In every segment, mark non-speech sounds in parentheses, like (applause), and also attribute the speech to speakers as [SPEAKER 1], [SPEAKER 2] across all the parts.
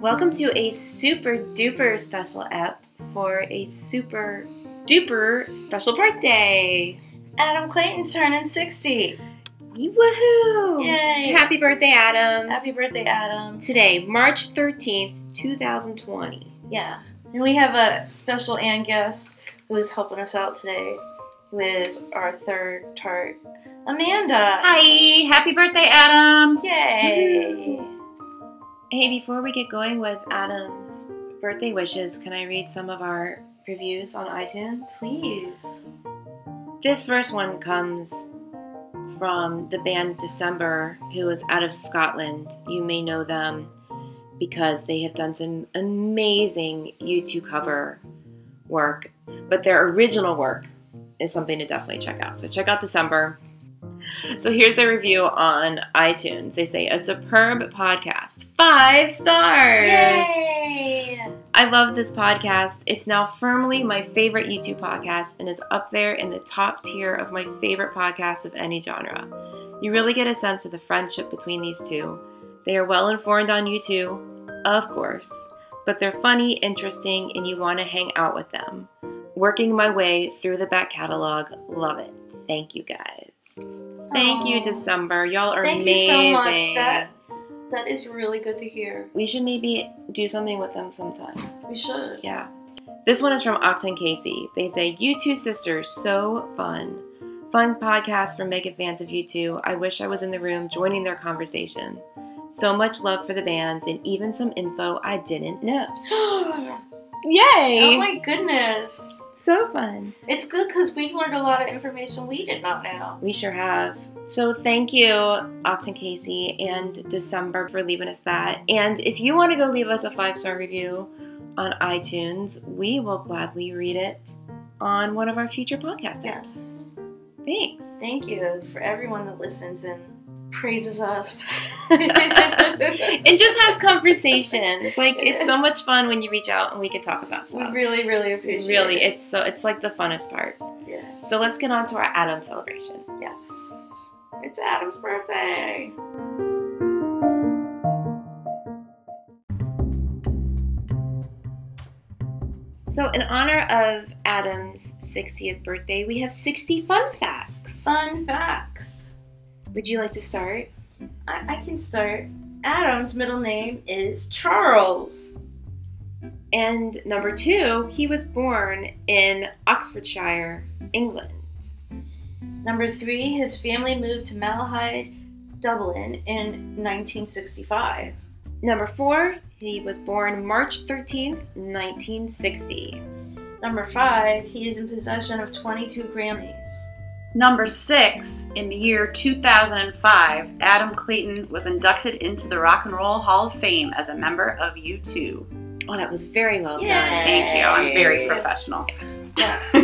[SPEAKER 1] Welcome to a super duper special app for a super duper special birthday.
[SPEAKER 2] Adam Clayton's turning 60.
[SPEAKER 1] Woohoo!
[SPEAKER 2] Yay.
[SPEAKER 1] Happy birthday, Adam.
[SPEAKER 2] Happy birthday, Adam.
[SPEAKER 1] Today, March 13th, 2020.
[SPEAKER 2] Yeah. And we have a special and guest who's helping us out today, who is our third tart, Amanda.
[SPEAKER 3] Hi, happy birthday, Adam.
[SPEAKER 2] Yay.
[SPEAKER 1] Hey, before we get going with Adam's birthday wishes, can I read some of our reviews on iTunes?
[SPEAKER 2] Please.
[SPEAKER 1] This first one comes from the band December, who is out of Scotland. You may know them because they have done some amazing U2 cover work, but their original work is something to definitely check out. So check out December. So here's their review on iTunes. They say a superb podcast. Five stars.
[SPEAKER 2] Yay.
[SPEAKER 1] I love this podcast. It's now firmly my favorite YouTube podcast and is up there in the top tier of my favorite podcasts of any genre. You really get a sense of the friendship between these two. They are well informed on YouTube, of course, but they're funny, interesting, and you want to hang out with them. Working my way through the back catalog, love it. Thank you guys. Thank you,
[SPEAKER 2] Aw.
[SPEAKER 1] December. Y'all are
[SPEAKER 2] Thank
[SPEAKER 1] amazing.
[SPEAKER 2] you so much. That that is really good to hear.
[SPEAKER 1] we should maybe do something with them sometime.
[SPEAKER 2] We should. (gasps)
[SPEAKER 1] Yeah. This one is from Octane Casey. They say, You two sisters, so fun. Fun podcast for mega fans of you two. I wish I was in the room joining their conversation. So much love for the bands and even some info I didn't know.
[SPEAKER 2] oh
[SPEAKER 1] Yay!
[SPEAKER 2] my goodness.
[SPEAKER 1] so fun.
[SPEAKER 2] It's good because we've learned a lot of information we did not know.
[SPEAKER 1] We sure have. So thank you, Octane Casey and December for leaving us that. And if you want to go leave us a five star review on iTunes, we will gladly read it on one of our future podcasts.
[SPEAKER 2] Yes.
[SPEAKER 1] Thanks.
[SPEAKER 2] (laughs) Thank you for everyone that listens and praises us. (laughs) we
[SPEAKER 1] and just has conversations. Like it's so
[SPEAKER 2] Yes.
[SPEAKER 1] much fun when you reach out and we can talk about stuff.
[SPEAKER 2] really, really appreciate
[SPEAKER 1] Really,
[SPEAKER 2] it.
[SPEAKER 1] it's so it's like the funnest part.
[SPEAKER 2] Yeah.
[SPEAKER 1] So let's get on to our Adam celebration.
[SPEAKER 2] Yes. It's Adam's birthday.
[SPEAKER 1] So in honor of Adam's 60th birthday, we have 60 fun facts.
[SPEAKER 2] Fun facts.
[SPEAKER 1] Would you like to start?
[SPEAKER 2] I, I can start. Adam's middle name is Charles.
[SPEAKER 1] And number two, he was born in Oxfordshire, England.
[SPEAKER 2] Number three, his family moved to Malahide, Dublin in 1965.
[SPEAKER 1] Number four, he was born March 13th, 1960.
[SPEAKER 2] Number five, he is in possession of 22 Grammys.
[SPEAKER 3] Number six, in the year 2005, Adam Clayton was inducted into the Rock and Roll Hall of Fame as a member of U2.
[SPEAKER 1] Oh, that was very well
[SPEAKER 2] Yay.
[SPEAKER 1] done.
[SPEAKER 3] Thank you, I'm very
[SPEAKER 2] Yay.
[SPEAKER 3] professional.
[SPEAKER 1] Yes.
[SPEAKER 2] Yes.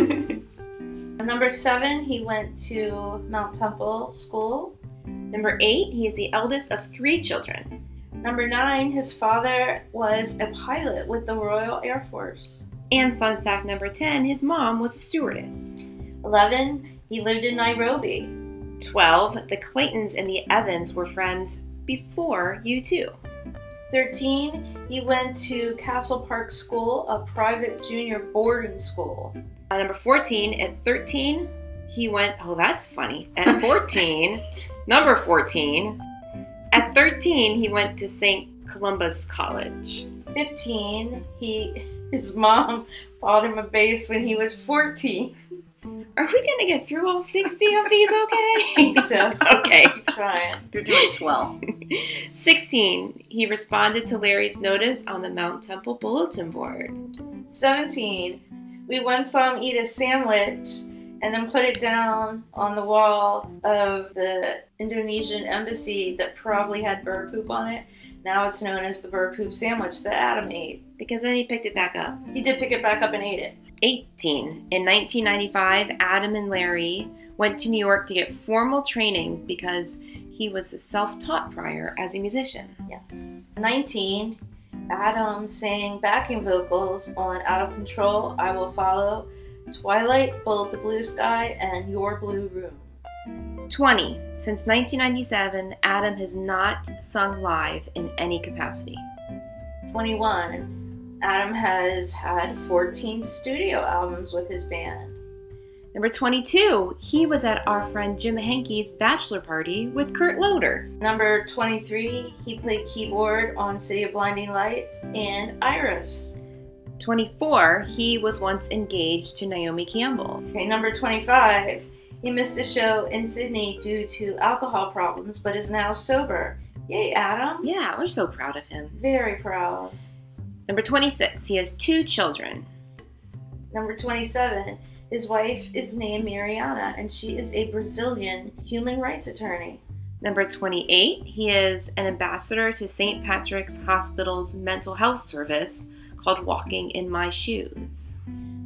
[SPEAKER 2] Number seven, he went to Mount Temple School.
[SPEAKER 1] Number eight, he is the eldest of three children.
[SPEAKER 2] Number nine, his father was a pilot with the Royal Air Force.
[SPEAKER 1] And fun fact number 10, his mom was a stewardess.
[SPEAKER 2] Eleven, he lived in Nairobi.
[SPEAKER 1] 12, the Claytons and the Evans were friends before you two.
[SPEAKER 2] Thirteen, he went to Castle Park School, a private junior boarding school.
[SPEAKER 1] Uh, number 14, at 13, he went, oh, that's funny. At 14, number 14, at 13, he went to St. Columba's College.
[SPEAKER 2] Fifteen, he (laughs) his mom bought him a bass when he was fourteen. (laughs)
[SPEAKER 1] Are we going to get through all 60 of these
[SPEAKER 2] (laughs)
[SPEAKER 1] okay?
[SPEAKER 2] So
[SPEAKER 1] okay.
[SPEAKER 2] keep trying.
[SPEAKER 3] You're doing swell.
[SPEAKER 1] 16, he responded to Larry's notice on the Mount Temple bulletin board.
[SPEAKER 2] Seventeen, we once saw him eat a sandwich and then put it down on the wall of the Indonesian embassy that probably had bird poop on it. Now it's known as the bird poop sandwich that Adam ate.
[SPEAKER 1] because then he picked it back up.
[SPEAKER 2] He did pick it back up and ate it.
[SPEAKER 1] 18. In 1995, Adam and Larry went to New York to get formal training because he was a self taught prior as a musician.
[SPEAKER 2] Yes. Nineteen, Adam sang backing vocals on Out of Control, I Will Follow, Twilight, Bullet the Blue Sky, and Your Blue Room.
[SPEAKER 1] 20. Since 1997, Adam has not sung live in any capacity.
[SPEAKER 2] 2021, Adam has had 14 studio albums with his band.
[SPEAKER 1] Number 22, he was at our friend Jim Henke's bachelor party with Kurt Loder.
[SPEAKER 2] Number 23, he played keyboard on City of Blinding Lights and Iris.
[SPEAKER 1] 24, he was once engaged to Naomi Campbell.
[SPEAKER 2] Okay, number 25, he missed a show in Sydney due to alcohol problems but is now sober. Yay, Adam!
[SPEAKER 1] Yeah, we're so proud of him.
[SPEAKER 2] Very proud.
[SPEAKER 1] Number 26, he has two children.
[SPEAKER 2] Number 27, his wife is named Mariana and she is a Brazilian human rights attorney.
[SPEAKER 1] Number 28, he is an ambassador to St. Patrick's Hospital's mental health service called Walking in My Shoes.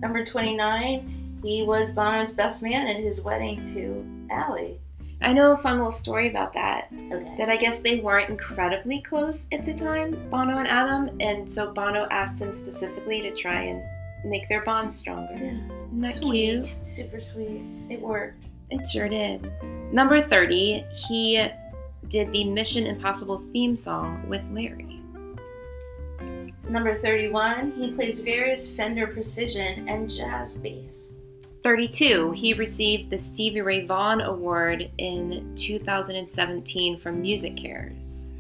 [SPEAKER 2] Number 29, he was Bono's best man at his wedding to Allie.
[SPEAKER 1] I know a fun little story about that.
[SPEAKER 2] Okay.
[SPEAKER 1] That I guess they weren't incredibly close at the time, Bono and Adam, and so Bono asked him specifically to try and make their bond stronger.
[SPEAKER 2] Yeah.
[SPEAKER 1] Isn't that cute?
[SPEAKER 2] Super sweet. It worked.
[SPEAKER 1] It sure did. Number 30, he did the Mission Impossible theme song with Larry.
[SPEAKER 2] Number 31, he plays various Fender Precision and jazz bass.
[SPEAKER 1] 32, he received the Stevie Ray Vaughan Award in 2017 from Music Cares.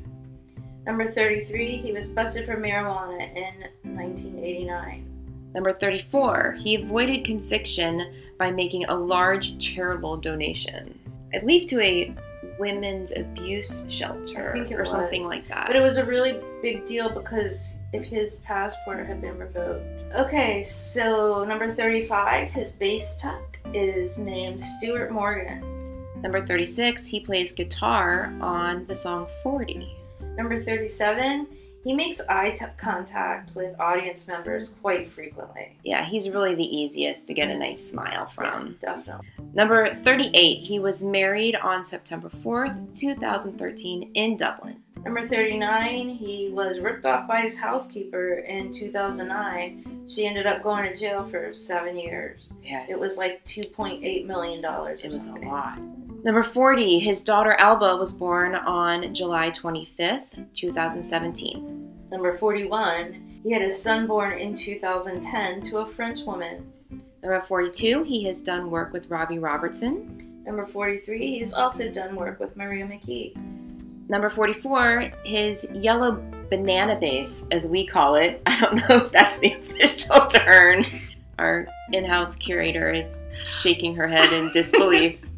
[SPEAKER 2] Number 33, he was busted for marijuana in 1989.
[SPEAKER 1] Number 34, he avoided conviction by making a large charitable donation. I believe to a women's abuse shelter
[SPEAKER 2] I think it
[SPEAKER 1] or something
[SPEAKER 2] was.
[SPEAKER 1] like that.
[SPEAKER 2] But it was a really big deal because if his passport had been revoked. Okay, so number 35, his bass tuck is named Stuart Morgan.
[SPEAKER 1] Number 36, he plays guitar on the song 40.
[SPEAKER 2] Number 37, he makes eye t- contact with audience members quite frequently.
[SPEAKER 1] Yeah, he's really the easiest to get a nice smile from.
[SPEAKER 2] Definitely.
[SPEAKER 1] Number 38, he was married on September 4th, 2013, in Dublin.
[SPEAKER 2] Number 39, he was ripped off by his housekeeper in 2009. She ended up going to jail for seven years.
[SPEAKER 3] Yeah,
[SPEAKER 2] It was like $2.8 million. or
[SPEAKER 3] it was a
[SPEAKER 2] something.
[SPEAKER 3] lot.
[SPEAKER 1] Number 40, his daughter Alba was born on July 25th, 2017.
[SPEAKER 2] Number 41, he had his son born in 2010 to a French woman.
[SPEAKER 1] Number 42, he has done work with Robbie Robertson.
[SPEAKER 2] Number 43, he's also done work with Maria McKee.
[SPEAKER 1] Number 44, his yellow banana base, as we call it. (laughs) I don't know if that's the (laughs) official term. Our in house curator is shaking her head in disbelief.
[SPEAKER 3] (laughs)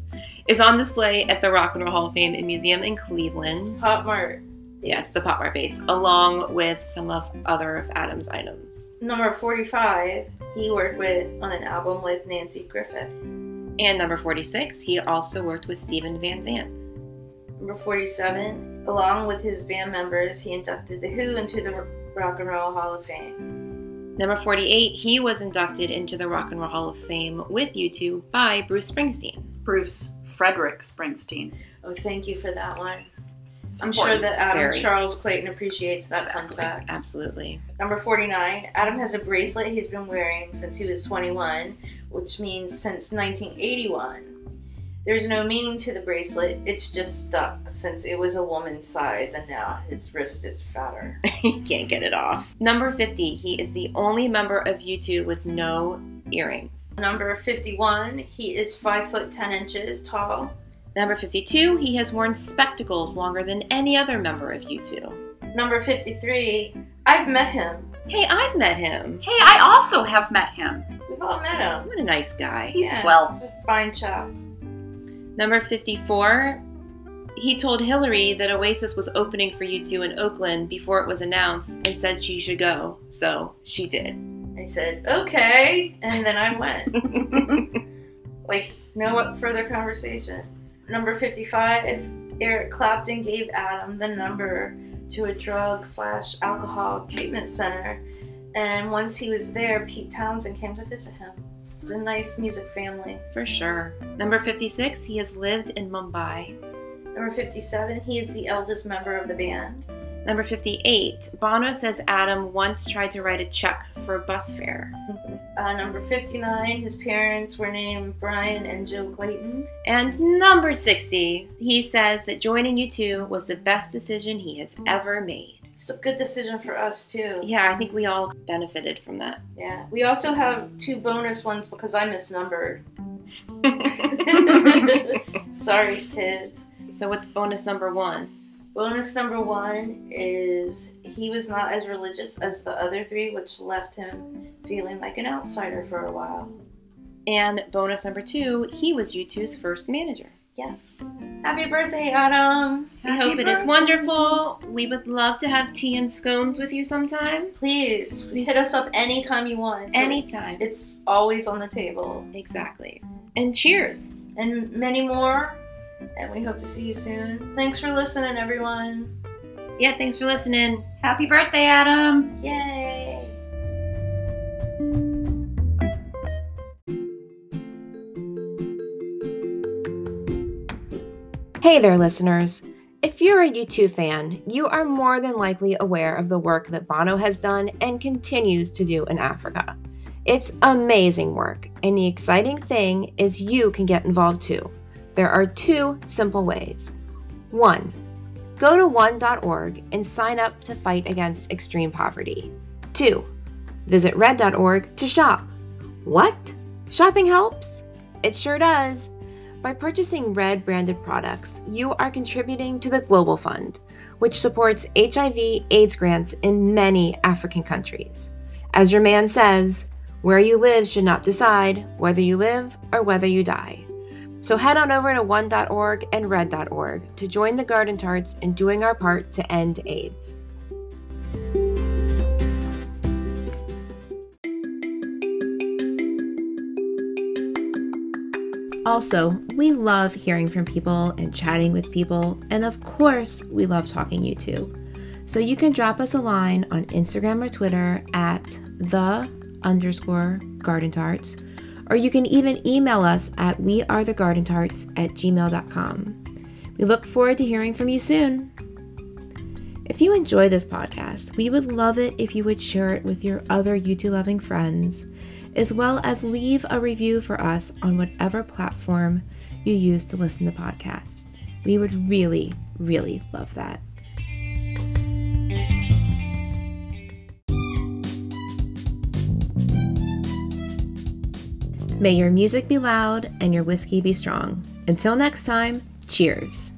[SPEAKER 1] is on display at the Rock and Roll Hall of Fame and Museum in Cleveland.
[SPEAKER 2] Pop Mart.
[SPEAKER 1] Yes, the pop art base, along with some of other of Adam's items.
[SPEAKER 2] Number 45, he worked with on an album with Nancy Griffith.
[SPEAKER 1] And number 46, he also worked with Steven Van Zandt.
[SPEAKER 2] Number 47, along with his band members, he inducted The Who into the Rock and Roll Hall of Fame.
[SPEAKER 1] Number 48, he was inducted into the Rock and Roll Hall of Fame with you two by Bruce Springsteen.
[SPEAKER 3] Bruce Frederick Springsteen.
[SPEAKER 2] Oh, thank you for that one.
[SPEAKER 3] It's
[SPEAKER 2] I'm
[SPEAKER 3] important.
[SPEAKER 2] sure that Adam
[SPEAKER 1] Very.
[SPEAKER 2] Charles Clayton appreciates that
[SPEAKER 3] Exactly.
[SPEAKER 2] fun fact.
[SPEAKER 1] Absolutely. (laughs)
[SPEAKER 2] Number 49, Adam has a bracelet he's been wearing since he was 21, which means since 1981. There's no meaning to the bracelet, it's just stuck since it was a woman's size and now his wrist is fatter. (laughs)
[SPEAKER 1] he can't get it off. Number 50, he is the only member of U2 with no earrings.
[SPEAKER 2] Number 51, he is 5 foot 10 inches tall.
[SPEAKER 1] Number 52, he has worn spectacles longer than any other member of U2.
[SPEAKER 2] Number 53, I've met him.
[SPEAKER 1] Hey, I've met him.
[SPEAKER 3] Hey, I also have met him.
[SPEAKER 2] We've all met him.
[SPEAKER 1] What a nice guy.
[SPEAKER 3] He's swell.
[SPEAKER 2] He's a fine chap.
[SPEAKER 1] Number 54, he told Hillary that Oasis was opening for U2 in Oakland before it was announced and said she should go. So she did.
[SPEAKER 2] I said, okay, and then I went. like no up- further conversation. Number fifty-five, Eric Clapton gave Adam the number to a drug slash alcohol treatment center, and once he was there, Pete Townsend came to visit him. It's a nice music family.
[SPEAKER 1] For sure. Number 56, he has lived in Mumbai.
[SPEAKER 2] Number fifty-seven, he is the eldest member of the band.
[SPEAKER 1] Number 58, Bono says Adam once tried to write a check for a bus fare.
[SPEAKER 2] Uh, number fifty-nine, his parents were named Brian and Jill Clayton.
[SPEAKER 1] And number 60, he says that joining U2 was the best decision he has ever made.
[SPEAKER 2] It's a good decision for us too.
[SPEAKER 1] Yeah, I think we all benefited from that.
[SPEAKER 2] Yeah. We also have two bonus ones because I misnumbered. Sorry, kids.
[SPEAKER 1] So what's bonus number one?
[SPEAKER 2] Bonus number one is he was not as religious as the other three, which left him feeling like an outsider for a while.
[SPEAKER 1] And bonus number two, he was U2's first manager.
[SPEAKER 2] Yes. Happy birthday, Autumn.
[SPEAKER 1] we hope it is wonderful. We would love to have tea and scones with you sometime.
[SPEAKER 2] Please hit us up anytime you want. It's-
[SPEAKER 1] Anytime.
[SPEAKER 2] It's always on the table.
[SPEAKER 1] Exactly. And cheers.
[SPEAKER 2] And many more. And we hope to see you soon. Thanks for listening, everyone.
[SPEAKER 1] Yeah, thanks for listening.
[SPEAKER 3] Happy birthday, Adam!
[SPEAKER 2] Yay.
[SPEAKER 4] Hey there, listeners. If you're a U2 fan, you are more than likely aware of the work that Bono has done and continues to do in Africa. It's amazing work, and the exciting thing is you can get involved too. There are two simple ways. One, go to one.org and sign up to fight against extreme poverty. Two, visit red.org to shop. What? Shopping helps? It sure does. By purchasing red branded products, you are contributing to the Global Fund, which supports HIV AIDS grants in many African countries. As your man says, where you live should not decide whether you live or whether you die. So head on over to one.org and red.org to join the Garden Tarts in doing our part to end AIDS. Also, we love hearing from people and chatting with people, and of course, we love talking you too. So you can drop us a line on Instagram or Twitter at the underscore garden tarts, or you can even email us at wearethegardentarts at gmail.com. We look forward to hearing from you soon. If you enjoy this podcast, we would love it if you would share it with your other YouTube loving friends as well as leave a review for us on whatever platform you use to listen to podcasts. We would really, really love that. May your music be loud and your whiskey be strong. Until next time, cheers.